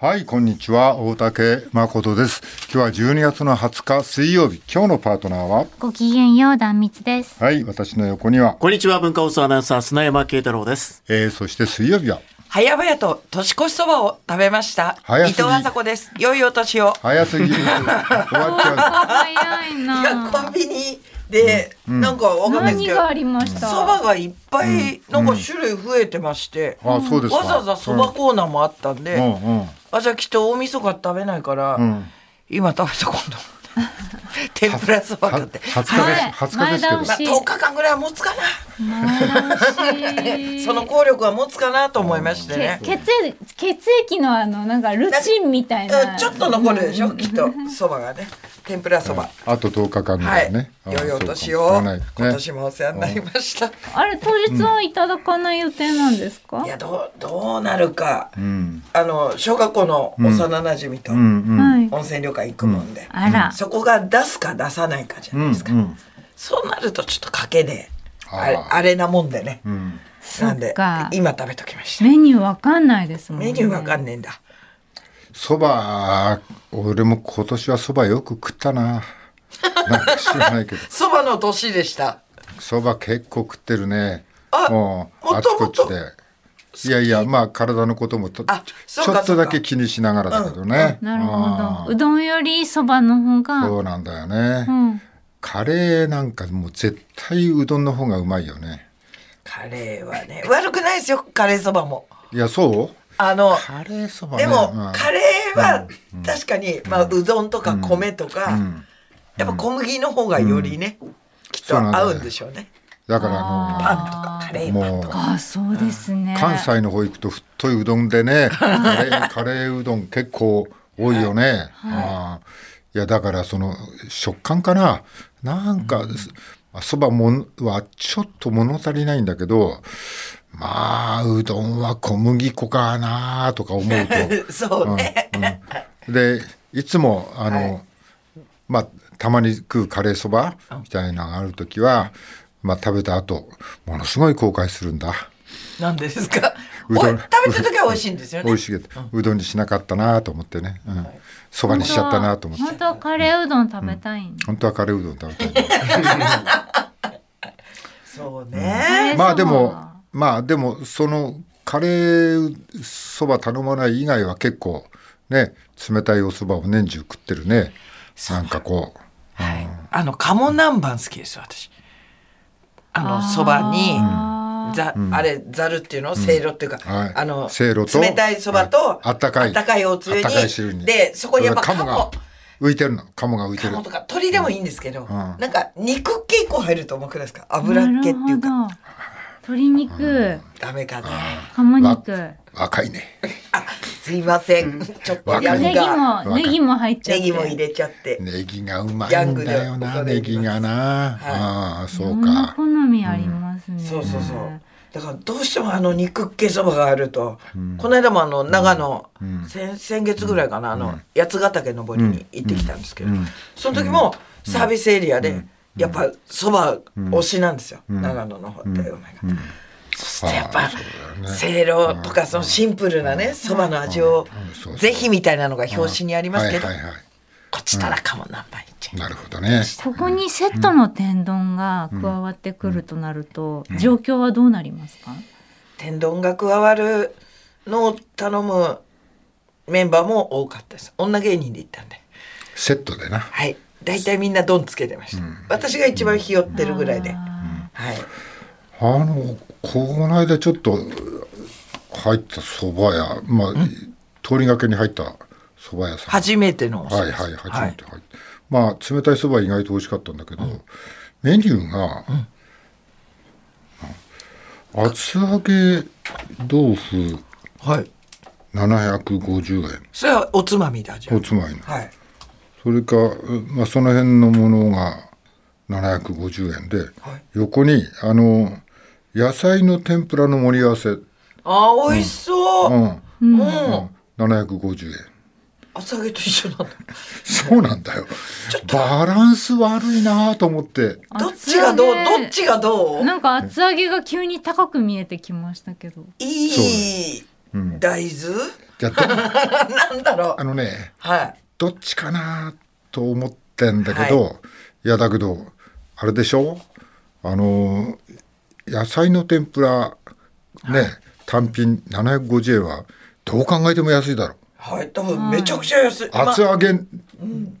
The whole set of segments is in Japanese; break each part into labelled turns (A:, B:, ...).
A: はい、こんにちは。大竹誠です。今日は12月の20日水曜日。今日のパートナーは、
B: ごきげんよう、断蜜です。
A: はい、私の横には、
C: こんにちは、文化放送アナウンサー、砂山慶太郎です。
A: えー、そして水曜日は、
D: 早々と年越しそばを食べました。
A: 早
D: 伊
A: すぎ
D: 藤麻子です。良いお年を。
A: 早すぎる。終わっちゃ
B: 早い
D: いやコ
B: な。
D: ンビニで、なんかわかんないで
B: 何
D: すけ
B: があ
D: ど、
B: りました。
D: そばがいっぱい、なんか種類増えてま して、
A: う。あ、そうですか。
D: わざわざそばコーナーもあったんで、
A: うんうんうん。
D: あ、じゃあきっと大晦日食べないから、
A: ん
D: 今食べと こうと思って。天ぷらそば買って。
A: は20日
B: は
A: です。20日で
B: い
A: すけど
B: 前。倒
D: まあ、
B: し
D: 10日間ぐらいは持つかな。
B: し
D: その効力は持つかなと思いましてね
B: け。血液血液のあのなんかルチンみたい
D: うん
B: な。
D: ちょっと残るでしょ、きっと。そばがね。天ぷらそば。
A: あと10日間ぐ
D: は
A: ら
D: い
A: いね。、あ
D: 良いお年
A: そう
D: を、
A: かもしれないね
D: 今年もお世話になりました。
B: あれ当日はいただかない予定なんですか
D: い。や、どう、どうなるか、
A: うん。
D: あの、小学校の幼馴染と
A: うんうん。
B: はい。
D: 温泉旅館行くもんで、
B: あら。
D: そこが出すか出さないかじゃ
A: うん
D: な
A: う
D: い
A: ん
D: ですか。そうなるとちょっと賭けで、
A: あー
D: あれあれなもんでね。
A: うん。
D: な
B: そ
D: ん
B: っ
D: で
B: か、
D: 今食べときました。
B: メニューわかんないですもんね。
D: メニューわかんねえんだ。
A: そば、俺も今年はそばよく食った な。なんか知らないけど。
D: そばの年でした。
A: そば結構食ってるね。
D: あ
A: もうあ
D: も
A: ち
D: と
A: こ
D: もと
A: ちで。いやいや、まあ体のこともと
D: あ
A: ち
D: そう
A: ょ
D: か
A: っとだけ気にしながらだけどね。
B: なるほど。
A: う
B: うんどんよりそばの方
A: そ
B: が。
A: うなんだよね、
B: うん。
A: カレーなんかもう絶対うどんの方がうまいよね。
D: カレーはね、悪くないですよ、カレーそばも。
A: いや、そう
D: あの、
A: カレーそばね。
D: でも、
A: うん
D: カレーは確かに、まあ、うどんとか米とか、
A: ん
D: やっぱ小麦の方がよりね、きっと
A: そうなんだ
D: 合
A: よね
D: うんでしょうね。
A: だから
D: パンとかカレー
A: もう、
D: パン
A: もう、
B: あ、そうですね。
A: 関西の方行くと太いうどんでね、カレー、カレーうどん結構多いよね。ああいや、だからその食感かな。なんか、そばもはちょっと物足りないんだけど、まあ、うどんは小麦粉かなとか思う と。
D: そうね。
A: で、いつも、あの、
D: はい
A: まあ、たまに食うカレーそばみたいなのがあるときは、まあ、食べた後、ものすごい後悔するんだ。
D: なんでですか。
A: う
D: お
A: ど
D: 食
A: ん
D: べた時は美味しいんですよ
A: 美
D: ね
A: 味。しいけど、うどんにしなかったなと思ってね、うんそばにしちゃったなと思って
B: 本当はカレーうどん食べたいんで
A: 本当はカレーうどん食べたいんだけ
B: カレー
D: そうね。
A: ど
B: そば
A: まあでもまあでもそのカレーそば頼まない以外は結構ね冷たいおそばを年中食ってるねなんかこう
D: はい。あの、鴨南蛮好きですよ、私。あの、そばに、ざ、あれ、ざるっていうのせいろっていうか、
A: はい
D: あの、
A: せいろと
D: 冷たいそば
A: はい
D: と、
A: あったかい
D: あったかいおつゆ
A: あったかい汁
D: に、で、そこにやっぱ
A: れが
D: 鴨、
A: が浮いてるの鴨が浮いてる
D: 鴨とか鶏でもいいんですけど、
A: ん
D: なんか肉系こう入ると重くないですか油っ気っていうか
B: なるほど鶏肉、
D: ダメかな
B: 鴨
A: わ
B: 肉、
A: 若いね
D: あすいませんちょっと
A: わか
D: ヤ
A: る
D: ン
B: ネギ
D: が
B: もネギも入っちゃっ
D: ネ
B: て、
D: ギも入れちゃって
A: ネギがうまいんだよ
D: ヤ
A: な
D: ングで
A: ネギがな、
D: 恐れ入りますはい
A: ああそ
B: こ
A: うん
B: な
A: か
B: 好みありますね。
D: そうそうそうだからどうしてもあの肉系そばがあると、この間もあの長野、先先月ぐらいかなあの、八ヶ岳登りに行ってきたんですけど、その時もサービスエリアで、やっぱそば推しなんですよ、長野の方ってうまいから。そしてやっぱせいろとかそのシンプルなねそばの味を
A: うんそうそう
D: ぜひみたいなのが表紙にありますけど
A: は
D: こ
A: いはいは
D: っちたらかも何杯いっちゃ
A: いなるほどね
B: ここにセットの天丼が加わってくるとなると、状況はどうなりますか？
D: 天丼が加わるのを頼むメンバーも多かったです女芸人で行ったんで
A: セットでな
D: はい大体みんな丼つけてました、私が一番ひよってるぐらいで、はい
A: あのこの間ちょっと入ったそば屋まあ通りがけに入ったそば屋さん
D: 初めてのお
A: は
D: 酒
A: い
D: です
A: はい初めて入った、まあ冷たいそば意外と美味しかったんだけど、メニューが、厚揚げ豆腐
D: はい、はい
A: 750円
D: それはおつまみだじゃ
A: お
D: ん
A: つまみの
D: はい
A: それか、うまあ、その辺のものが750円で、
D: はい
A: 横にあの野菜の天ぷらの盛り合わせ、うん、
D: あー美味しそう、うん
A: うん750円
D: 厚揚げと一緒なんだ
A: そうなんだよバランス悪いなと思って
D: どっちがど
B: 厚
D: う
B: 揚げ
D: どっちがどう
B: なんか厚揚げが急に高く見えてきましたけど。
D: いい
A: うん
D: 大豆
A: じ ゃあど
D: なんだろう
A: あのね
D: は
A: どっちかなと思ってんだけど、いやだけどあれでしょあの野菜の天ぷらね、単品750円はどう考えても安いだろ
D: いはい多分めちゃくちゃ安い、まあ
A: 厚揚げ、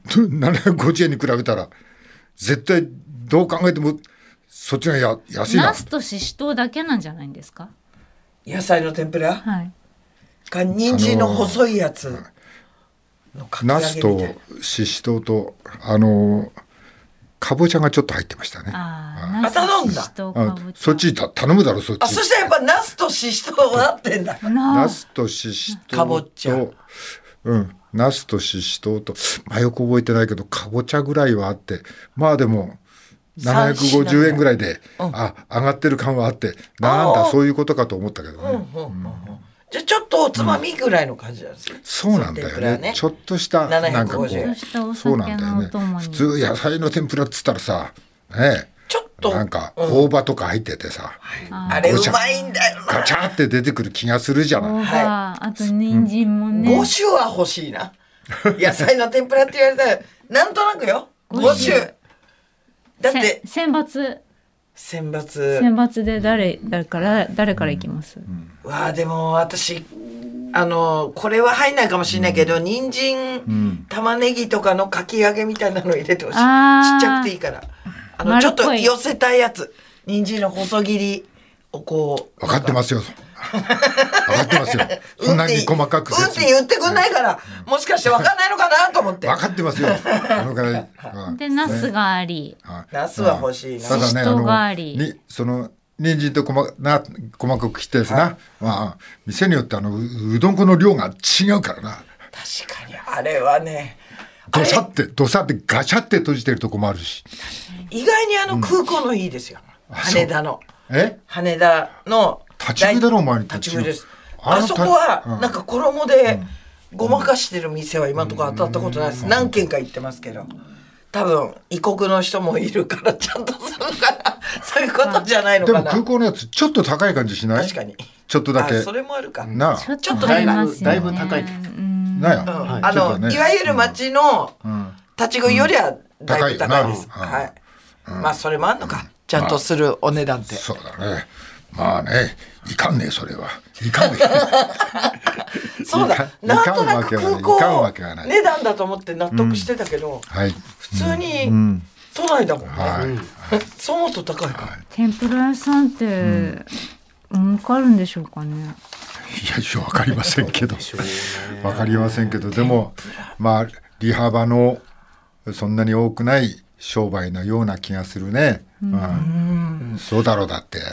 A: 750円に比べたら絶対どう考えてもそっちがや安いな
B: ナスとシシトウだけなんじゃないんですか。
D: 野菜の天ぷら
B: はい。
D: か人参の細いやつのかき揚
A: ナ
D: げ
A: ス
D: みたい
A: と
D: な
A: ししとうとあのかぼちゃがちょっと入ってましたね
B: ああ、
D: あ頼んだ
B: ナスとシシトウか
A: あ
B: ぼちゃ
A: そっちた頼むだろそっち
D: あそしたらやっぱナスとシシトウなってんだ
B: な
A: ナ
B: あ
A: スとししとうと
D: かぼちゃ
A: うんナスとししとうと真横覚えてないけどかぼちゃぐらいはあってまあでも
D: 三品ぐら
A: 750
D: い
A: 円ぐらいで、あ上がってる感はあってなんだ
D: ああ
A: そういうことかと思ったけどね、
D: じゃあちょっとおつまみぐらいの感じなんですね、
A: そうなんだよ
D: その天ぷら
A: ねちょっとしたなんかこう
D: 750
B: ちょ
D: 円
B: っとしたお
A: そうな
B: 酒
A: んだ
B: のお
A: よ
B: 供
A: ね
B: に。
A: 普通野菜の天ぷらっつったらさね
D: ちょっと
A: なんか大葉とか入っててさ、
D: あれうまいんだよ
A: ガチャって出てくる気がするじゃない、
B: 大葉、あと人参もね。
D: 五種は欲し いな野菜の天ぷらって言われたらなんとなくよ五種だって
B: せ選抜
D: 選抜
B: 選抜で誰誰から誰からいきます。
D: わあでも私あのこれは入んないかもしれないけど、人参、玉ねぎとかのかき揚げみたいなの入れてほしいちっち
B: あー
D: ゃくていいからあのち
B: 丸
D: ょ
B: っ
D: っ
B: こい
D: と寄せたいやつ人参の細切りをこう
A: 分かってます よ分かってますよこんなに細かく
D: うんって言ってくんないから、もしかしてわかんないのかなと思って。
A: 分かってますよあのぐらい、 うん
B: でナスがあり。
A: はい
D: ナスは欲しいな。
A: ただねあ
B: 人があ
A: の
B: り
A: にその人参と細かな細かく切ってですな、まあ店によってあのううどん粉の量が違うからな
D: 確かに、あれはね。あ
A: ど
D: れ
A: さってどさってガチャって閉じてるとこもあるし
D: 意外にあの空港のいいですよ。羽田の。
A: え
D: 羽田の。
A: 立ち食いだろお前に
D: 立
A: 立ち
D: ち食
A: 食
D: い
A: い
D: です。
A: あ
D: あ
A: の
D: そ
A: た
D: こは
A: う、ん
D: なんか衣で、ごまかしてる店は今のところ当たったことないです。何軒か行ってますけど。多分、異国の人もいるから、ちゃんとするから、 そういうことじゃないの
A: で
D: か
A: も
D: な。
A: 空港のやつちょっと高い感じしない
D: 確かに。
A: ちょっとだけ
D: あそれもあるか。
A: なあ
B: ちょっ
D: ちょ
B: と
D: っと
B: 入りますよ
C: だ
B: ね。
C: いぶ高い
B: うん
A: なや、
D: うん
C: はい
D: あ
A: ちょっ
D: の、
A: とね
D: いわゆる町の
A: ん
D: 立ち食いよりはだいぶ高いです。
A: 高いよなうん
D: はい。まあそれもあんのか。ちゃんとするお値段って。
A: そうだねまあねいかんねえそれはいかん ね
D: そう
A: いか
D: だ
A: ん。
D: なんとなく
A: いかん
D: 空
A: わけはないいかんわけはな
D: 港
A: い
D: 値段だと思って納得してたけど、
A: えはい
D: 普通に都内だもんね。
A: はい、
D: そう思うと高いか。
B: 天ぷら屋さんって儲かるんでしょうかね。
A: いや一応わかりませんけどわかりませんけどでもまあ利幅のそんなに多くない商売のような気がするね、うんそうだろうだって、ね、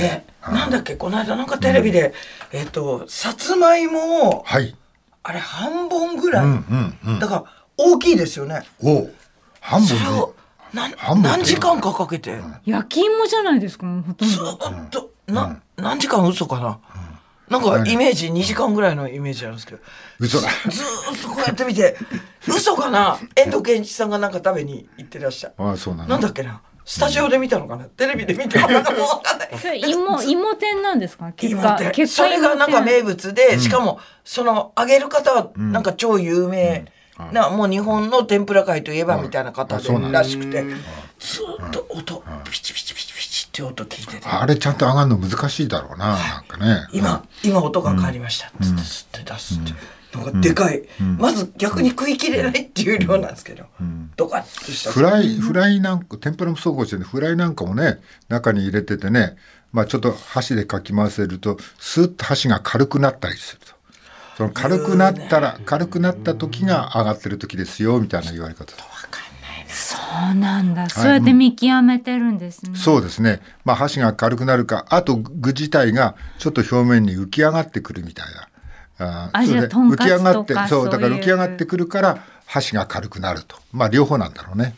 D: ね、なんだっけこの間なんかテレビで、えっとさつまいもを
A: はい
D: あれ半本ぐらい、
A: うんうん
D: だから大きいですよね。
A: おう半
D: そ
A: 分
D: れを
A: で
D: 何
A: 半本でいいの
D: 何時間かかけて。
B: 焼き芋じゃないですかもうほとん
D: ず
B: ど。
D: ーっと、な、何時間嘘かな、なんかイメージ2時間ぐらいのイメージなんですけど
A: 嘘だ
D: ずーっとこうやって見て嘘かな遠藤健一さんがなんか食べに行ってらっしゃる
A: ああそうなの
D: なんだっけなスタジオで見たのかなテレビで見てもなんかもうわかんない
B: それ芋芋店なんですか結
D: 今
B: 果
D: って
B: 結
D: そ
B: 果
D: れがなんか
B: 芋店
D: 名物で、しかもその揚げる方はなんか超有名、なもう日本の天ぷら界といえばみたいな方
A: あ
D: で
A: そうなんだ
D: らしくて、ずーっと音、ピチピチピチピチって音聞いてて
A: あれちゃんと上がるの難しいだろうななんかね
D: 今、今音が変わりました。つって、吸って出すって。なんかでかい。まず逆に食い切れないっていう量なんですけど。ドカッとした。
A: フライ、フライなんか、天ぷらもそうかもしれない。フライなんかもね、中に入れててね、まあちょっと箸でかき回せると、スーッと箸が軽くなったりすると。その軽くなったら、軽くなった時が上がってる時ですよ、みたいな言われ方。
B: そうなんだそうやって見極めてるんですね。
A: そうですね。まあ箸が軽くなるか、あと具自体がちょっと表面に浮き上がってくるみたいな。あー
B: あ
A: それで
B: じゃあとん
A: 浮
B: か
A: き上
B: つ
A: が
B: と
A: って
B: か
A: そうだから
B: そういう
A: 浮き上がってくるから箸が軽くなるとまあ両方なんだろうね、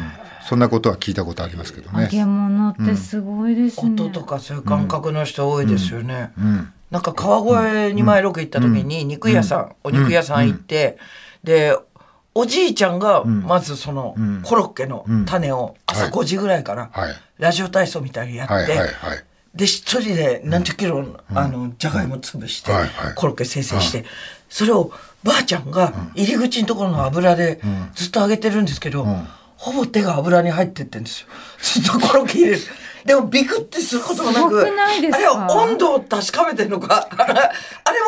A: うんそんなことは聞いたことありますけど
B: 揚
A: ね。
B: げ物ってすごいですね。
D: 音とかそういう感覚の人多いですよね。
A: うん
D: なんか川越に前ロケ行った時に肉屋さん、お肉屋さん行って、でおじいちゃんがまずその
A: ん
D: コロッケの種を朝
A: はい
D: 5時ぐらいから
A: はい
D: ラジオ体操みたいにやって、
A: はいはいはい。
D: で一人で何十キロ、あのじゃがいも潰して、
A: はいはい
D: コロッケ生成して、それをばあちゃんが入り口のところの油でずっと揚げてるんですけど、ほぼ手が油に入ってってんですよずっとコロッケ入れるでもビクってすることもなく
B: すごくないですか
D: あれは温度を確かめてるのか あれ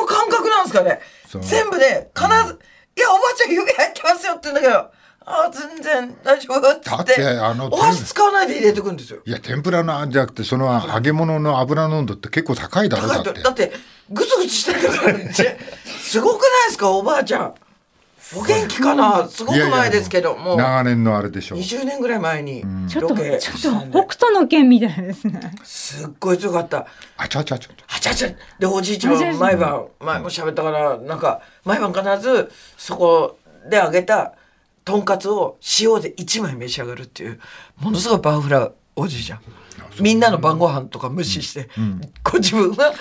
D: も感覚なんですかね
A: そう
D: 全部で必ず「いやおばあちゃん湯気入ってますよ」って言うんだけど「あ全然大丈夫」っつって
A: だってあの
D: お箸使わないで入れてくんですよ
A: いや天ぷらのあんじゃなくてその揚げ物の油の温度って結構高いだろ
D: 高い
A: だ
D: と
A: って
D: だってグツグツしてるから ねすごくないですかおばあちゃんお元気かなすごく
A: いやいや
D: 前ですけどもう
A: 長年のあれでしょう。
D: 20年ぐらい前に
B: ちょっ
D: ロ
B: と、
D: ケ
B: ち
D: した
B: ょっ
D: んで
B: と、北斗の拳みたいですね。
D: すっごい強かった
A: あちゃちゃちゃちゃ。
D: はちゃちゃでおじいちゃんは毎晩前も喋ったからなんか毎晩必ずそこで揚げたとんかつを塩で1枚召し上がるっていうものすごいバーフラおじいちゃんみんなの晩ご飯とか無視して、ご自分は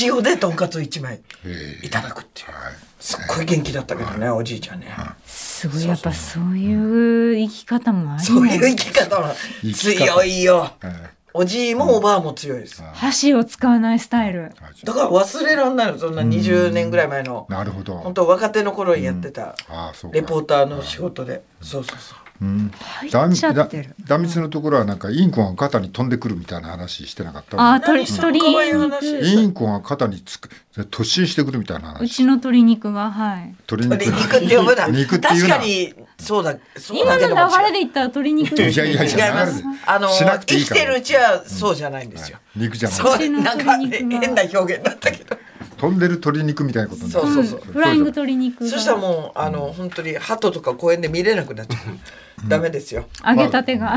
D: 塩でとんかつを1枚
A: ええ
D: いただくっていう。
A: はい
D: すっごい元気だったけどね、おじいちゃんね。
B: すごい、やっぱそういう生き方もあり
D: そういう
B: ね。
D: 生き方は
A: 生き方
D: 強いよ。
A: え
D: おじいもおばあも強いです。
B: 箸を使わないスタイル。
A: えあちゃ
D: だから忘れらんないの、そんな20年ぐらい前の。
A: なるほど。
D: 本当若手の頃にやってた
A: ああそうか
D: レポーターの仕事で。そうそうそう。
B: 入
A: だ
B: っ
A: み
B: ちゃ
A: だ
B: ってる。
A: ダミツのところはなんかインコが肩に飛んでくるみたいな話してなかった
B: あ、鳥、
D: 何その
B: 鳥
D: 可愛い話
B: 肉。
A: インコが肩につく突進してくるみたいな
B: う
A: 話
B: ちの鶏肉が、はい。
A: 鶏
D: 鶏肉って呼ぶな。
A: 肉って言う
D: 確
A: な
D: かに、そうだ、そう
B: 今
D: だ
B: の
D: けども
B: 流れで言ったら鶏肉ですね
A: いやいやい
D: 違
A: や
D: います
A: 流れで。
D: あの、
A: しなく
D: 生
A: ていい
D: き
A: から
D: てるうちはそうじゃないんですよ。
A: 肉じゃない
D: そう、なんか変な表現だったけど。
A: 飛んでる鶏肉みたいなことになる
D: そうそうそう
B: フライング鶏肉が。
D: そしたらもうあの本当に鳩とか公園で見れなくなっちゃう。ダメですよ。
B: 揚げたてが。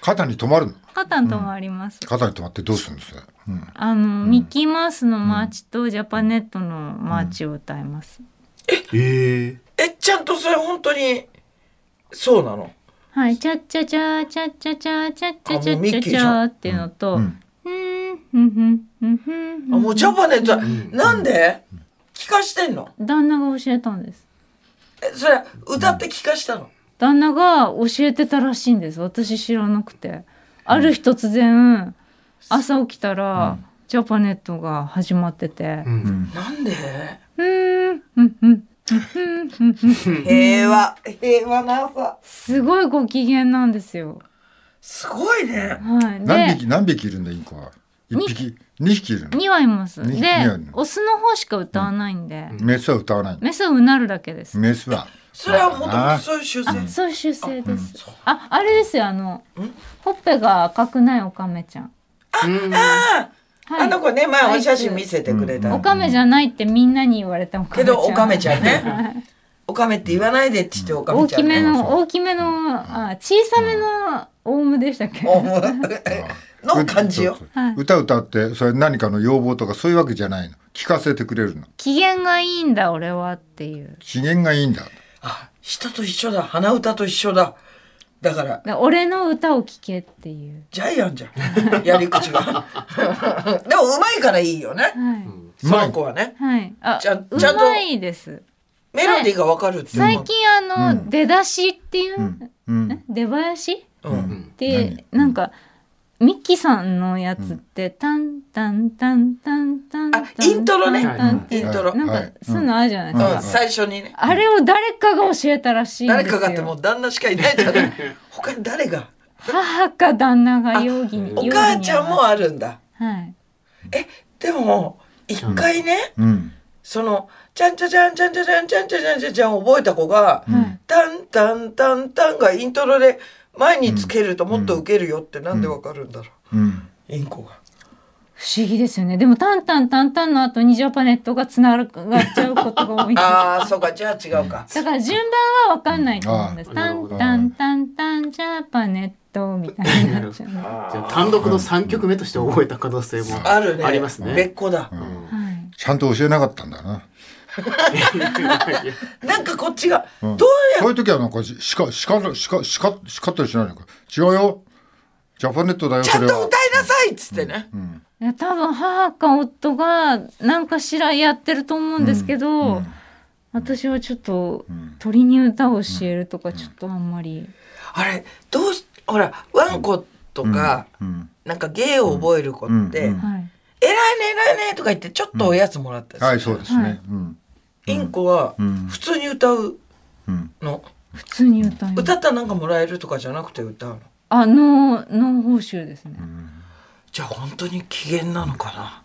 A: 肩に止まるの
B: 肩のともあります。
A: 肩に止まってどうするんですか、うん、
B: あの、ミッキーマウスのマーチとジャパネットのマーチを歌います。
C: ええ
D: えちゃんとそれ本当にそうなの。
B: はい、チャッチャチャチャチャチャチャチャチ
D: あもうミ
B: ャ
D: ッ
B: チャチ
D: キーじゃ
B: ャ
D: ん
B: っていうのと、うん
A: ん、
B: ふんふんふんふん
D: あもうジャパネットだなんで聞かしてんの？
B: 旦那が教えたんです。
D: えそれ歌って聞かしたの。
B: 旦那が教えてたらしいんです。私知らなくて。ある日突然、朝起きたら、ジャパネットが始まってて、
D: なんで？
B: ふーん、ふんふん、ふんふんふんふん
D: 平和平和な朝。
B: すごいご機嫌なんですよ。
D: すごいね。
B: はい。
A: 何
B: で
A: 匹何匹いるんだインコは一匹二匹いるの
B: 2羽います。
A: に
B: で
A: にはいる、の
B: オスの方しか歌わないんで、
A: メスは歌わない
B: メスはうなるだけです。
A: のメスは
D: それはもとも
A: あ
D: とそういう習性。
B: あ、そういう習性です。あ、あれですよ、あの、ほっぺが赤くないオカメちゃん。あ、
D: あ
B: あ
D: の
B: は
D: 子ね前お写真見せてくれ
B: い。
D: た
B: オ。カメじゃないってみんなに言われたオカ
D: け
B: メちゃん。
D: どオカメちゃんね。オカメって言わないでって言ってオカメ
B: 大
D: ちゃ
B: き
D: ん
B: め
D: ね。
B: の、大きめの、あ、小さめのオウムでしたっけ。
D: の感じよ
A: そう。
B: はい
A: そう歌歌ってそれ何かの要望とかそういうわけじゃないの聞かせてくれるの
B: 機嫌がいいんだ、俺はっていう。
A: 機嫌がいいんだ
D: あ、人と一緒だ。鼻歌と一緒だ。だから、
B: で俺の歌を聴けっていう。
D: ジャイアンじゃん。 やり口が。でも、うまいからいいよね。
B: はい。
D: その子はね。
B: はい。あ
D: ちゃん、
B: う
D: ちゃんと
B: まいです。
D: メロディーがわかるっていうの
B: 最近あの、出だしっていう、
A: うん
B: 出囃子。
D: うん。
B: でなんかミッキーさんのやつって、タンタンタンタンタンタン
D: あイントロね
B: タンタンって
D: イントロ
B: なん
A: は
B: か
A: い
B: そういうのあるじゃないですか、
D: うん、最初にね。
B: あれを誰かが教えたらしいんですよ
D: 誰かがってもう旦那しかいないじゃない。他に誰が。
B: 母か旦那が容疑に容疑
D: お
B: に
D: 母ちゃんもあるんだ。
B: はい
D: でも、一回ね、
A: うん
D: その、ちゃんちゃちゃんちゃんちゃちゃんちゃんちゃちゃんちゃんちゃん覚えた子が、
B: はい
D: タンタンタンタンがイントロで前につけるともっとウケるよってなんでわかるんだろ
A: うん
D: う。インコが。
B: 不思議ですよねでもタンタンタンタンの後にジャパネットがつながっちゃうことが多いんです
D: ああ、そうか、じゃあ違うか。
B: だから順番は分かんないと思うんです。
C: あ
B: タ
C: なるほ
B: ン
C: ど
B: タンタンタンジャパネットみたいになっちゃう。は
C: じゃあ単独の三曲目として覚えた可能性も
D: あるね。
C: ありますね。
D: 別個だ。
B: い。
A: ちゃんと教えなかったんだな
D: なんかこっちが、
A: うん
D: どうや
A: そういう時はなんかししかしかしかしかしかったりしないのか違うよジャパネットだよ
D: ちゃ
A: そ
D: んと
A: れ
D: 歌い
A: は
D: なさいっつってね、
B: いや多分母か夫が何かしらやってると思うんですけど、私はちょっと鳥に歌を教えるとかちょっとあんまり、
D: あれどうしほらワンコとか、
A: うん
D: なんか芸を覚える子って「
A: うんうん
B: はい
D: 偉いね偉いね」とか言ってちょっとおやつもらったりす
A: はいそ
D: る
A: うですね、
B: はい
A: うん
D: インコは
A: うん
D: 普通に歌う
A: うん
D: の、
B: 普通に歌います
D: 歌ったらなんかもらえるとかじゃなくて歌うの
B: あ脳脳報酬ですね、
D: じゃあ本当に機嫌なのかな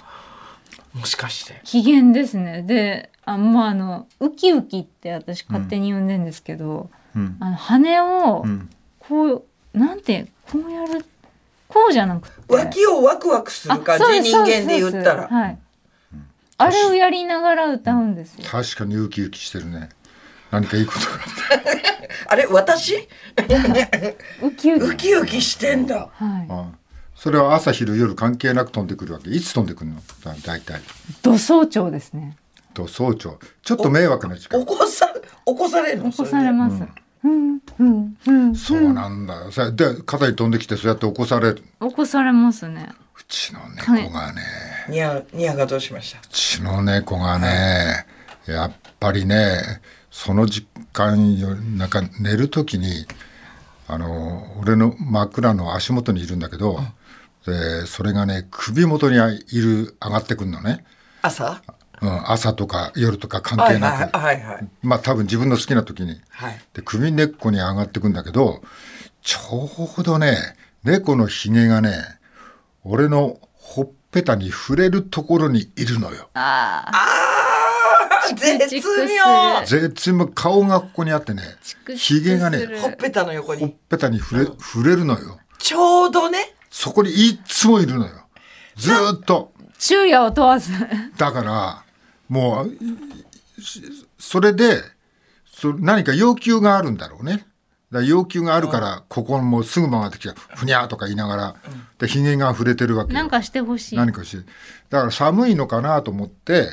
D: もしかして
B: 機嫌ですねであまああのウキウキって私勝手に呼んでんですけど、
A: うん
B: あの羽を
A: うん
B: こう、なんてこうやるこうじゃなくて
D: 脇をワクワクする感
B: そう
D: じ
B: です
D: 人間で言った
B: そうです
D: ら
B: はい、あれをやりながら歌うんですよ
A: 確かにウキウキしてるね何かいいことがあった
D: あれ私
B: ウキウキ
D: ウキウキしてんだ
B: はい
A: あそれは朝昼夜関係なく飛んでくるわけいつ飛んでくるのだ大体
B: 土早朝ですね
A: と早朝ちょっと迷惑な時間
D: 起こさ起こされるの
B: 起こ
D: それ
B: され
D: で
B: ますうんうんうん
A: そうなんだよそれで肩に飛んできてそうやって起こされる
B: 起こされますね
A: うちの猫がね、
D: ニヤニヤがどうしました
A: うちの猫がねやっぱりねその時間よりなんか寝る時にあの俺の枕の足元にいるんだけど、でそれがね首元にいる上がってくるのね、
D: 朝
A: うん、朝とか夜とか関
D: は
A: 係
D: い
A: なく、
D: はいはいはい
A: まあ多分自分の好きな時に。
D: はい
A: で、首根っこに上がってくんだけど、ちょうどね、猫のひげがね、俺のほっぺたに触れるところにいるのよ。
B: ああ
D: 絶
B: チクする
D: 妙
A: 絶妙、顔がここにあってね
B: チクチ、ク
A: ひげが
B: する
A: ね、
D: ほっぺたの横
A: ほっ
D: に
A: ぺたに触れ触れるのよ。
D: ちょうどね
A: そこにいっつもいるのよ。ずーっと。
B: 昼夜を問わず
A: だから、もう、しそれで、そ何か要求があるんだろうね。だから要求があるから、ここもうすぐ回ってきて、ふにゃーとか言いながら、で、ひげが触れてるわけよ。
B: なんかしてほしい
A: 何かして。だから寒いのかなと思って、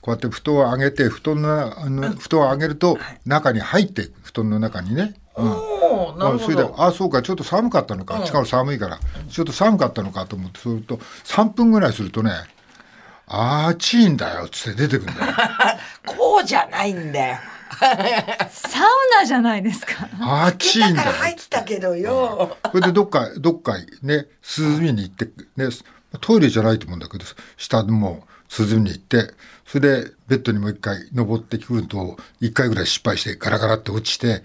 A: こうやって布団を上げて、布団の、あの布団を上げると、中に入っていく、布団の中にね。うん。
D: おおなる
A: あ
D: ほ
A: それで
D: ど
A: あそうかちょっと寒かったのか、近く寒いからちょっと寒かったのかと思ってすると3分ぐらいするとね「あーちいんだよ」っつって出てくるんだ よ「
D: こうじゃないんだよ
B: サウナじゃないですか
A: あーちい
D: だ
A: ん
D: か
A: だ
D: ら
A: よ」
D: 入ったけどよ
A: それでどっかどっかね涼みに行って、ね、トイレじゃないと思うんだけど下でも涼みに行ってそれでベッドにもう一回登ってくると一回ぐらい失敗してガラガラって落ちて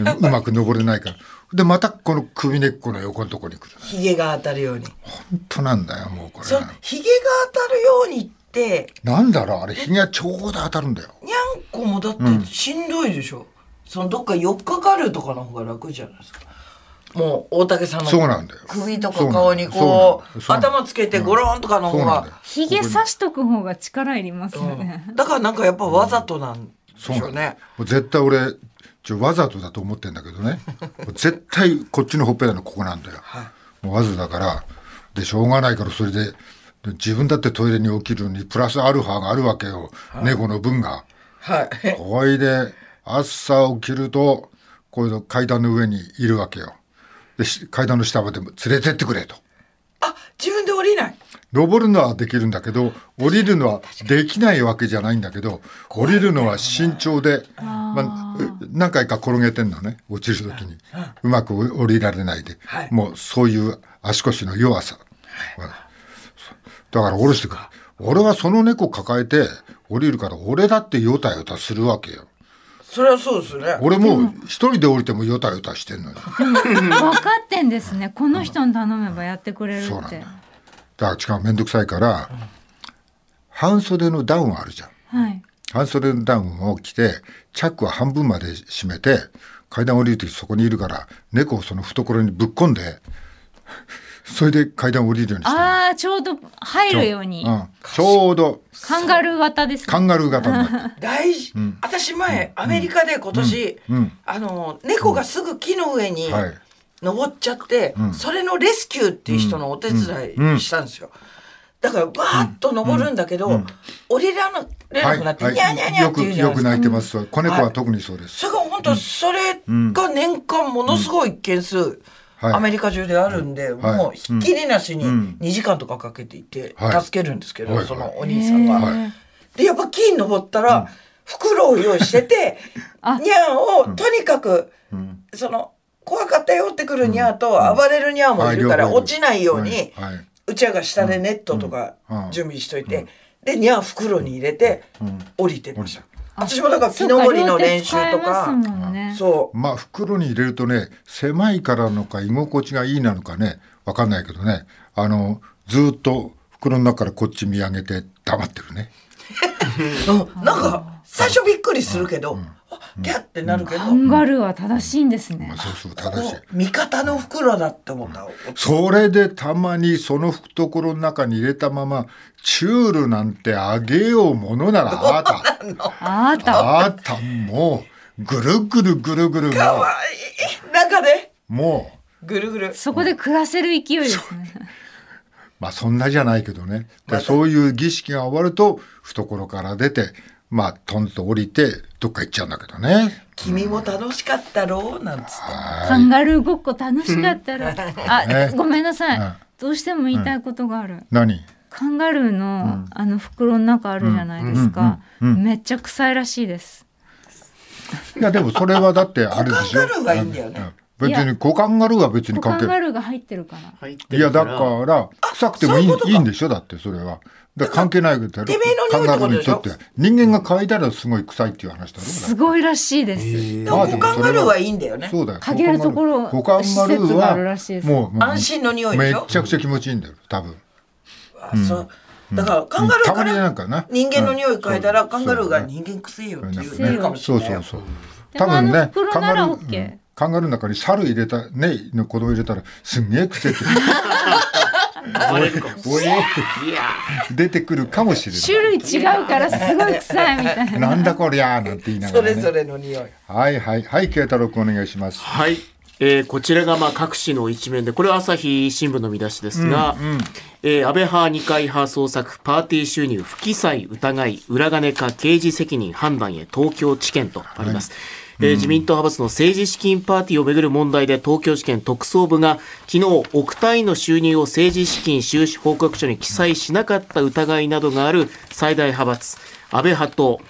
A: うんうまく登れないからでまたこの首根っこの横のところに来る
D: ひげが当たるように
A: 本当なんだよもうこれ
D: そのひげが当たるようにって
A: なんだろうあれ、日にはちょうど当たるんだよ。
D: にゃんこもだってしんどいでしょ、そのどっか4日かかるとかの方が楽じゃないですかもう大竹さんの
A: そうなんだよ。
D: 首と
A: そうなん
D: か
A: だ
D: 顔にこう
A: そうなんだ
D: 頭つけてゴロンとかの方
A: そうなんだ
D: が
A: よ、
B: ひげ刺しとく方が力いりますよね、
D: うんだからなんかやっぱわざとなんでし
A: そうな
D: ょうん
A: だよ
D: ね
A: もう絶対俺、ちょ、わざとだと思ってんだけどね。もう絶対こっちのほっぺたのここなんだよ。もうわざとだから、で、しょうがないからそれで、で自分だってトイレに起きるのにプラスアルファがあるわけよ。猫の分が。
D: はい
A: おいで、朝起きると、こういうの階段の上にいるわけよ。で、し階段の下まで連れてってくれと。
D: あ自分で降りない
A: 登るのはできるんだけど降りるのはできないわけじゃないんだけど降りるのは慎重で、まあ、う何回か転げてんのね落ちる時にうまく降りられないで、
D: はい
A: もうそういう足腰の弱さ、だから降ろしてくる俺はその猫抱えて降りるから俺だってヨタヨタするわけよ
D: それはそうですね
A: 俺もう一人で降りてもヨタヨタしてんのよ
B: 分かってんですねこの人に頼めばやってくれる
A: そう
B: っ
A: なんだ
B: て
A: よだから違う面倒くさいから半袖のダウンあるじゃん
B: はい
A: 半袖のダウンを着て、チャックは半分まで閉めて、階段降りるときそこにいるから、猫をその懐にぶっ込んで、 それで階段降りるようにしてる
B: ああちょうど入るように
A: うん、ちょうど
B: カンガルー型ですね
A: カンガルー型 になって
D: 大事、私前アメリカで今年、
A: うんうん
D: あの猫がすぐ木の上に
A: る。はい。
D: 登っちゃって、それのレスキューっていう人のお手伝いしたんですよ、だからバーッと登るんだけど、降りられなくなって、
A: はい
D: にゃーにゃーにゃー
A: よ
D: って
A: く
D: 言うじゃな
A: よ
D: いで
A: く
D: すか。
A: 泣いてます、子猫は特にそうです、
D: それが本当、それが年間ものすごい件数、
A: はい
D: アメリカ中であるんで、
A: はい
D: もうひっきりなしに
A: うん
D: 2時間とかかけていて、
A: はい
D: 助けるんですけど、
A: はい
D: そのお兄さんが。
A: はい
D: で、やっぱ木に登ったら、袋を用意し てて、
B: あ
D: ニャンをとにかく、その、怖かったよってくるニャーと、暴れるニャーもいるから、
A: はい両方いる
D: 落ちないように、
A: はいはいう
D: ちらが下でネットとか
A: うんうん
D: 準備しといて、で、ニャー袋に入れて、降りてました。私もだから木
B: そうか
D: 登りの練習
B: 両
D: と
B: 手使
D: か
B: え、ますもんね
D: そう。
A: まあ袋に入れるとね狭いからのか居心地がいいなのかねわかんないけどねあのずーっと袋の中からこっち見上げて黙ってるね
D: うんなんか最初びっくりするけど、あギャってなるけど、
B: カンガルーは正しいんですね
A: まあ、。そうそう
D: こ
A: 正しいう
D: 味方の袋だって思った。
A: それでたまにその懐の中に入れたままチュールなんてあげようものならあな た
B: あーた。
A: あーたもうぐるぐるぐるぐるも
D: かわいい中で
A: うも
D: ぐるぐる。
B: そこで暮らせる勢いですね。
A: うまあそんなじゃないけどねでそういう儀式が終わると懐から出てまあトンと降りてどっか行っちゃうんだけどね
D: 君も楽しかったろうなんつって。
B: カンガルーごっこ楽しかったら。あ
A: ね、
B: ごめんなさ
A: う
B: い
A: ん。
B: どうしても言いたいことがある。
A: 何
B: カンガルーのあの袋の中あるじゃないですか。めっちゃ臭いらしいです。
A: いやでもそれはだってあれでしょ
D: 股間ガルーがいいんだよね
A: うん別に股間ガルーは別に
B: カ
A: 関
B: ン
A: 係
B: ガ
A: ない
B: ルーが入ってるかな。
C: 入って
A: いや
C: るか
A: だ
C: ら。
A: から臭くてもいいいいんでしょだってそれはだから関係ないけど
D: てめえの匂い
A: カンガルー
D: ってこと
A: にとって人間が嗅いだらすごい臭いっていう話だろ
B: すごいらしいです。
D: で
A: ま
D: も
A: あ
D: 股間ガルーはいいんだよね。
A: そうだよ。
B: かけるところ
A: 股間
B: 施
A: 丸
B: 設があるらしいです
A: もうもう
D: 安心の匂いで
A: め
D: し
A: っ
D: ょ。
A: ちゃくちゃ気持ちいいんだよ。多分。
D: あそうだからカンガルー
A: た
D: か
A: まになん
D: ら
A: かな。
D: 人間の匂い嗅いだら
A: うん
D: カンガルーが
A: そうだね
D: 人間くせえよって
A: なん
D: 言う
A: か
D: 言
A: ね
D: うかもし
A: そ
D: れ
A: う
D: ない
A: そ
D: よ
A: う。そう。
B: で
A: 多
B: もあ
A: 分
B: の
A: ね、
B: 袋
A: カン
B: な
A: ガル
B: ら
A: ー、
B: オッケ
A: う
B: ー
A: ん。カンガルーの中に猿入れた、ね、の子供入れたら、すんげえ 癖って、
C: 暴れるかもし
A: おえ
C: れない。いや
A: 出てくるかもし
B: 種
A: れ
B: 類違うからすごい臭い みたい
A: な
B: な。
A: い。なんだこりゃーなんて言いなが
D: そ
A: ら、ね。
D: れぞれの匂い。
A: はいはい。はい、慶太郎君お願いします。
C: はい。えーこちらがまあ各紙の一面で、これは朝日新聞の見出しですが、えー安倍派、二階派捜索、パーティー収入、不記載疑い、裏金か刑事責任判断へ東京地検とあります。えー自民党派閥の政治資金パーティーをめぐる問題で東京地検特捜部が昨日億単位の収入を政治資金収支報告書に記載しなかった疑いなどがある最大派閥安倍派と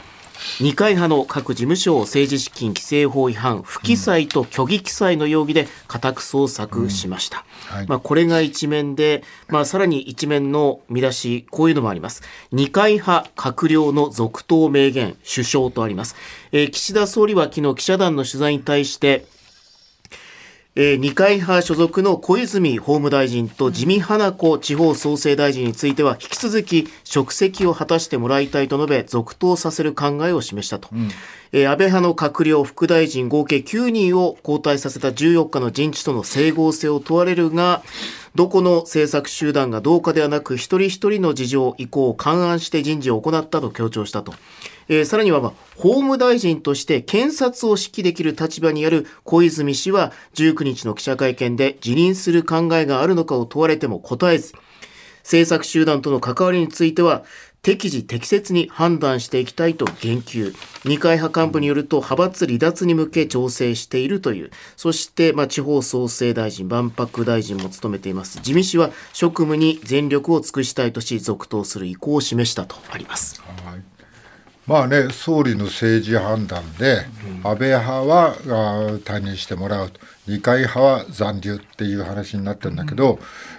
C: 二階派の各事務所を政治資金規正法違反不記載と虚偽記載の容疑で家宅捜索しました、
A: はい
C: まあ、これが一面で、まあ、さらに一面の見出しこういうのもあります二階派閣僚の続投明言首相とあります、えー岸田総理は昨日記者団の取材に対してえー二階派所属の小泉法務大臣と自見花子地方創生大臣については引き続き職責を果たしてもらいたいと述べ続投させる考えを示したと、えー安倍派の閣僚副大臣合計9人を交代させた14日の人事との整合性を問われるがどこの政策集団がどうかではなく一人一人の事情意向を勘案して人事を行ったと強調したとえーさらには、まあ、法務大臣として検察を指揮できる立場にある小泉氏は19日の記者会見で辞任する考えがあるのかを問われても答えず、政策集団との関わりについては、適時適切に判断していきたいと言及。二階派幹部によると、派閥離脱に向け調整しているという。そして、まあ、地方創生大臣、万博大臣も務めています。自見氏は職務に全力を尽くしたいとし、続投する意向を示したとあります。
A: はいまあね、総理の政治判断で、安倍派はあー退任してもらうと、二階派は残留っていう話になってるんだけど、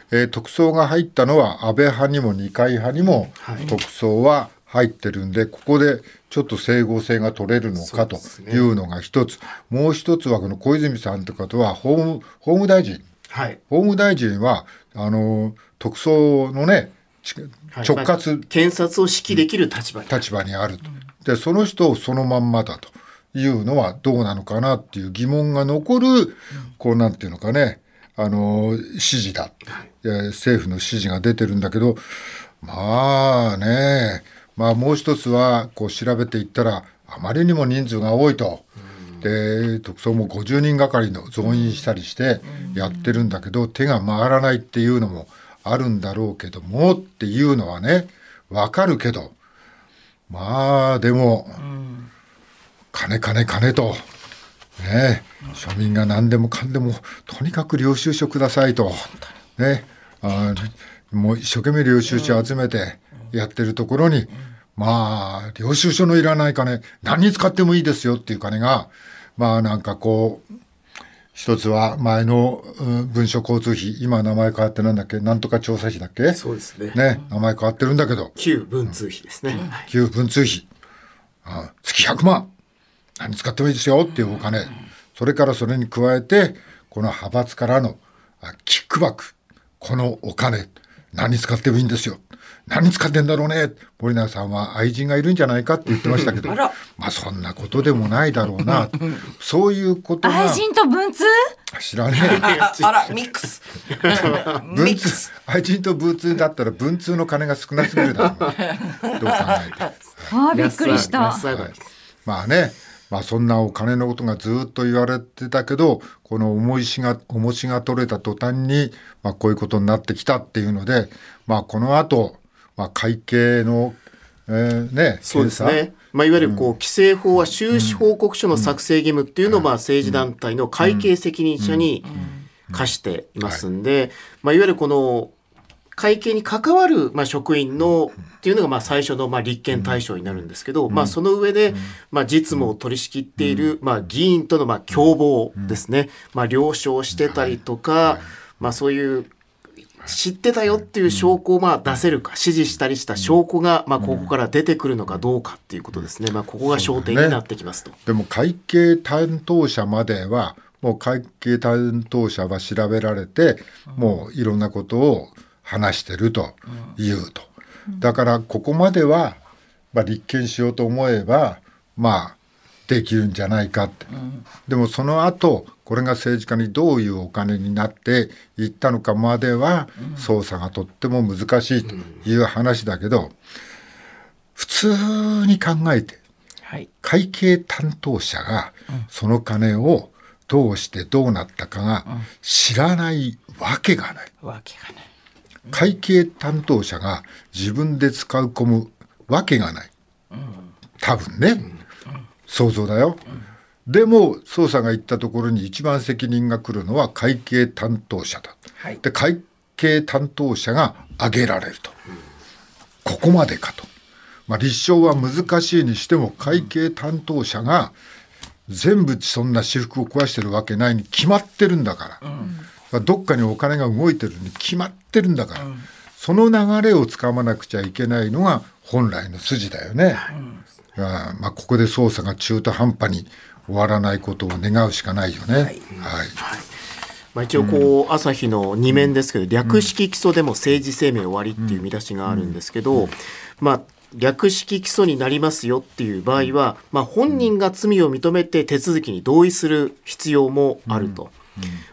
A: えー特捜が入ったのは、安倍派にも二階派にも特捜は入ってるんで、ここでちょっと整合性が取れるのかというのが一つ、もう一つは、この小泉さんとかとは法務、法務大臣。
C: はい。
A: 法務大臣は、あのー特捜のね、ち
C: はい
A: 直轄
C: 検察を指揮できる立場に、
A: 立場にあると、でその人をそのまんまだというのはどうなのかなっていう疑問が残る、こうなんていうのかねあの指示だ、えー政府の指示が出てるんだけどまあねまあもう一つはこう調べていったらあまりにも人数が多いと。で特捜も50人がかりの増員したりしてやってるんだけど手が回らないっていうのもあるんだろうけどもっていうのはねわかるけどまあでも、金金金と、ねえ、庶民が何でもかんでもとにかく領収書くださいと、ね、あもう一生懸命領収書集めてやってるところに、まあ領収書のいらない金何に使ってもいいですよっていう金がまあなんかこう一つは前のうん文書交通費今名前変わってなんだっけなんとか調査費だっけ
C: そうですね
A: ね名前変わってるんだけど
C: 旧文通費ですね、はい
A: 給付文通費あ月100万何使ってもいいですよっていうお金それからそれに加えてこの派閥からのあキックバックこのお金何使ってもいいんですよ何使ってんだろうね森永さんは愛人がいるんじゃないかって言ってましたけど
D: あら
A: まあそんなことでもないだろうなそういうことが
B: 愛人と文通
A: 知らね え
D: あ ああらミックスミ
A: 文
D: ック
A: 通
D: ス
A: 愛人と文通だったら文通の金が少なすぎるだ ろうねどう考えても。
B: あーびっくりし
C: ラ
B: た
C: スア
A: は
C: ガ
A: い、まあね、まあ、そんなお金のことがずっと言われてたけどこの重いしが重しが取れた途端に、まあ、こういうことになってきたっていうので、まあ、この後、まあ会計の、えーね、
C: そうですね。まあ、いわゆるこう規制法は収支報告書の作成義務っていうのをまあ政治団体の会計責任者に課していますんで、まあ、いわゆるこの会計に関わるまあ職員のっていうのがまあ最初のまあ立憲対象になるんですけど、まあ、その上でまあ実務を取り仕切っているまあ議員とのまあ共謀ですね、まあ、了承してたりとか、まあ、そういう知ってたよっていう証拠をまあ出せるか、指示したりした証拠が、まあ、ここから出てくるのかどうかっていうことですね。まあ、ここが焦点になってきますと。
A: でも会計担当者まではもう会計担当者は調べられて、もういろんなことを話してると言うと、だからここまでは、まあ、立件しようと思えばまあできるんじゃないかって、でもその後これが政治家にどういうお金になっていったのかまでは捜査がとっても難しいという話だけど普通に考えて
D: はい
A: 会計担当者がその金をどうしてどうなったかが知らないわけがない。
D: わけがない
A: 会計担当者が自分で使い込むわけがない。多分ね。想像だよ。でも捜査が行ったところに一番責任が来るのは会計担当者だ。
D: はい
A: で会計担当者が挙げられると、ここまでかと、まあ、立証は難しいにしても会計担当者が全部そんな私服を壊してるわけないに決まってるんだから、まあどっかにお金が動いてるに決まってるんだから、その流れをつかまなくちゃいけないのが本来の筋だよね。あーまあ、ここで捜査が中途半端に終わらないことを願うしかないよね。はい
C: まあ、一応こう朝日の2面ですけど、略式起訴でも政治生命終わりっていう見出しがあるんですけど、まあ略式起訴になりますよっていう場合は、まあ、本人が罪を認めて手続きに同意する必要もあると、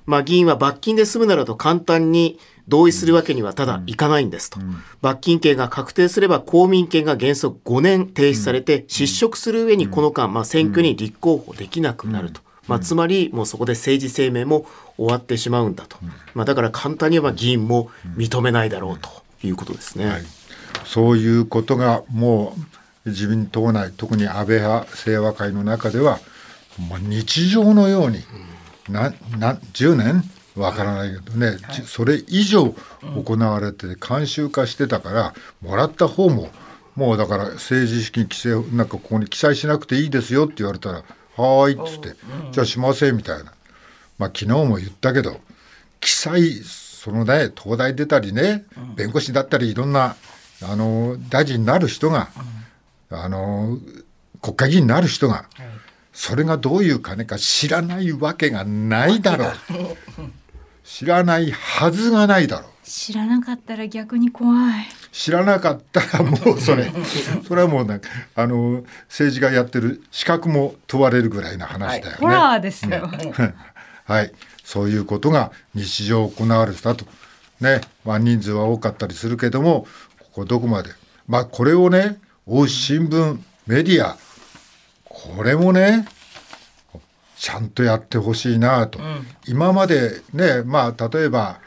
C: まあ、議員は罰金で済むならと簡単に同意するわけにはただいかないんですと、罰金刑が確定すれば公民権が原則5年停止されて失職する上にこの間、まあ、選挙に立候補できなくなると。まあ、つまり、もうそこで政治生命も終わってしまうんだと、まあ、だから簡単には議員も認めないだろうということですね。
A: そういうことがもう自民党内、特に安倍派、清和会の中では、もう日常のように、なな10年わからないけどね、じそれ以上行われて、慣習化してたから、もらった方も、もうだから政治資金規制、なんかここに記載しなくていいですよって言われたら、はーいっつって、じゃあしませんみたいな。まあ、昨日も言ったけど、記載、そのね、東大出たりね、弁護士だったり、いろんな、あの、大臣になる人が、あの、国会議員になる人が、それがどういう金か知らないわけがないだろう。知らないはずがないだろう。
B: 知らなかったら逆に怖い
A: 知らなかったらもうそれそれはもうなんかあの政治がやってる資格も問われるぐらいな話だよね。
B: ホラーですよ、
A: はい、そういうことが日常行われてたと、ねまあ、人数は多かったりするけども、ここどこまで、まあ、これをね、追う新聞、メディア、これもね、ちゃんとやってほしいなと、今までね、まあ、例えば、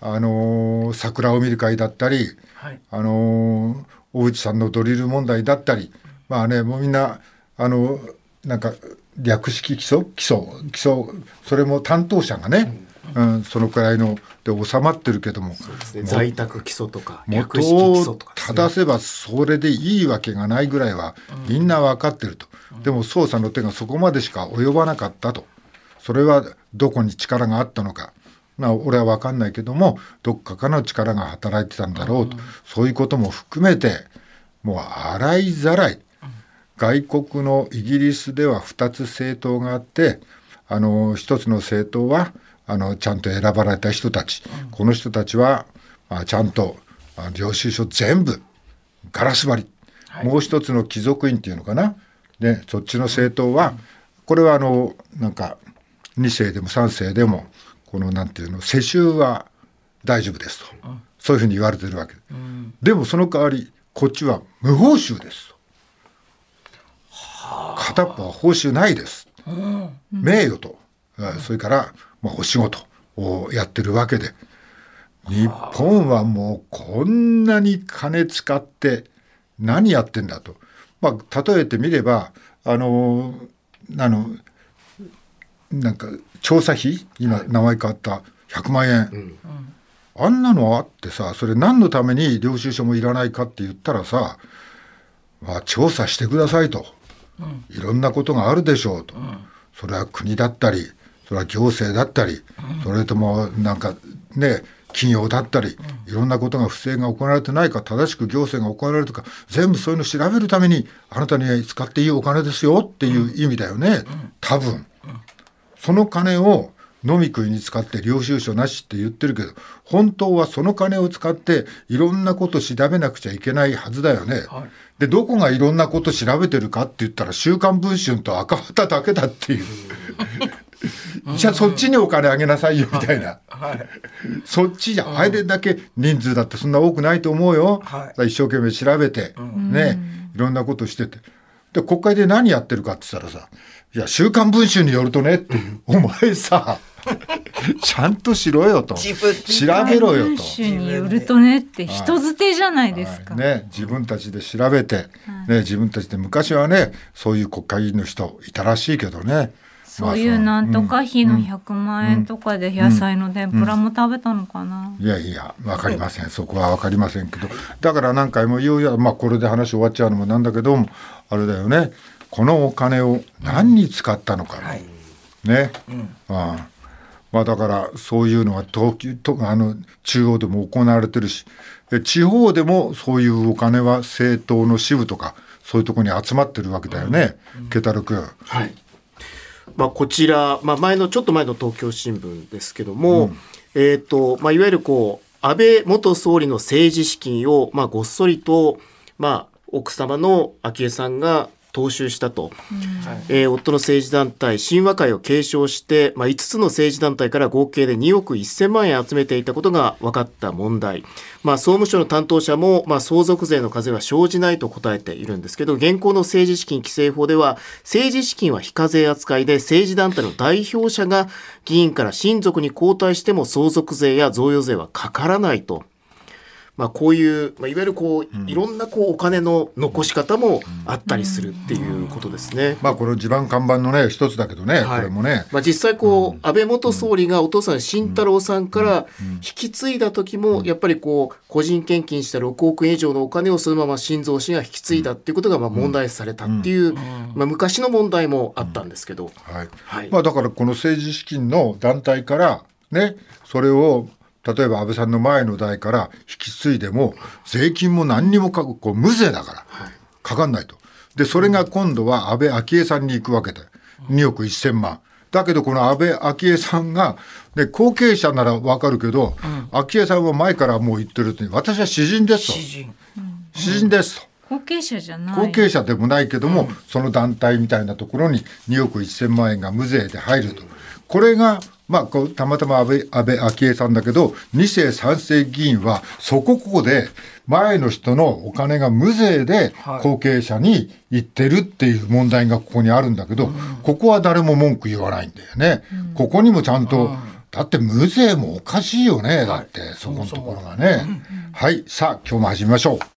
A: あのー桜を見る会だったり、
D: はい
A: あのー大内さんのドリル問題だったりまあねもうみんなあのなんか略式起訴起訴起訴それも担当者がね、うん、そのくらいので収まってるけども
C: ね在宅基礎とか略
A: 元
C: 式基礎
A: を
C: とかですね、
A: 正せばそれでいいわけがないぐらいはみんな分かってると、でも捜査の手がそこまでしか及ばなかったとそれはどこに力があったのかまあ俺は分かんないけどもどっかからの力が働いてたんだろうと、そういうことも含めてもう洗いざらい外国のイギリスでは2つ政党があってあの1つの政党はあのちゃんと選ばれた人たち、この人たちは、まあ、ちゃんとあ領収書全部ガラス張り、もう一つの貴族院っていうのかなでそっちの政党は、これはあのなんか2世でも3世でもこのなんていうの世襲は大丈夫ですと、そういうふうに言われてるわけ、でもその代わりこっちは無報酬ですと。片っぽは報酬ないです、名誉と、あそれから、まあ、お仕事をやってるわけで日本はもうこんなに金使って何やってんだと、まあ、例えてみればあのあのなんか調査費今名前変わった100万円、あんなのあってさそれ何のために領収書もいらないかって言ったらさ、まあ、調査してくださいと。いろんなことがあるでしょうと、それは国だったりそれは行政だったり、それともなんかね企業だったり、いろんなことが不正が行われてないか正しく行政が行われるとか全部そういうのを調べるためにあなたに使っていいお金ですよっていう意味だよね、多分。その金を飲み食いに使って領収書なしって言ってるけど本当はその金を使っていろんなこと調べなくちゃいけないはずだよね。でどこがいろんなこと調べてるかって言ったら「週刊文春」と赤旗だけだっていう。じゃあそっちにお金あげなさいよみたいな、
D: はい
A: そっちじゃあれだけ人数だってそんな多くないと思うよ、
D: はい
A: だから一生懸命調べて、ねいろんなことしててで国会で何やってるかって言ったらさ「いや『週刊文春』によるとね」っていう「お前さちゃんとしろよ」と「調
D: 自分
A: べろよ」
B: 文
A: と。
B: 春によるとねって人づてじゃないですか。
A: はいね、自分たちで調べて、ね、自分たちで昔はねそういう国会議員の人いたらしいけどね
B: そういう
A: まあ
B: なんと
A: う
B: か費の100万円とかで野菜の天ぷらも食べたのかな。
A: いやいや分かりませんそこは分かりませんけどだから何回も言うや、まあ、これで話終わっちゃうのもなんだけどもあれだよねこのお金を何に使ったのか、
D: はい
A: ね、ああまあだからそういうのは東京とあの中央でも行われてるしで地方でもそういうお金は政党の支部とかそういうところに集まってるわけだよね、ケタル君。
C: はい。まあ、こちら、まあ、前の、ちょっと前の東京新聞ですけども、えっ、と、まあ、いわゆるこう、安倍元総理の政治資金を、まあ、ごっそりと、まあ、奥様の昭恵さんが踏襲したと。えー夫の政治団体、親和会を継承して、まあ、5つの政治団体から合計で2億1000万円集めていたことが分かった問題。まあ、総務省の担当者も、まあ、相続税の課税は生じないと答えているんですけど、現行の政治資金規正法では、政治資金は非課税扱いで、政治団体の代表者が議員から親族に交代しても相続税や贈与税はかからないと。まあ、こういう、まあ、いわゆるこう、いろんなこうお金の残し方もあったりするっていうことですね。
A: まあこの地盤看板のね一つだけどね、
C: はい
A: これもね、
C: まあ、実際こう、安倍元総理がお父さん慎太郎さんから引き継いだ時も、やっぱりこう個人献金した6億円以上のお金をそのまま晋三氏が引き継いだっていうことがまあ問題視されたっていう、まあ、昔の問題もあったんですけど、
A: はい
C: はい
A: まあ、だからこの政治資金の団体からねそれを例えば安倍さんの前の代から引き継いでも税金も何にもかこう無税だからかかんないとでそれが今度は安倍昭恵さんに行くわけで2億1000万だけどこの安倍昭恵さんが、ね、後継者ならわかるけど、昭恵さんは前からもう言ってると私は詩人ですと
D: 詩人
A: 詩人ですと。
B: 後継者じゃない。
A: 後継者でもないけども、その団体みたいなところに2億1000万円が無税で入ると、これが、まあ、こうたまたま安倍安倍昭恵さんだけど、2世、3世議員は、そこここで、前の人のお金が無税で
D: はい
A: 後継者に行ってるっていう問題がここにあるんだけど、ここは誰も文句言わないんだよね。ここにもちゃんと、だって無税もおかしいよね、だって、そこのところがね。はい、さあ、今日も始めましょう。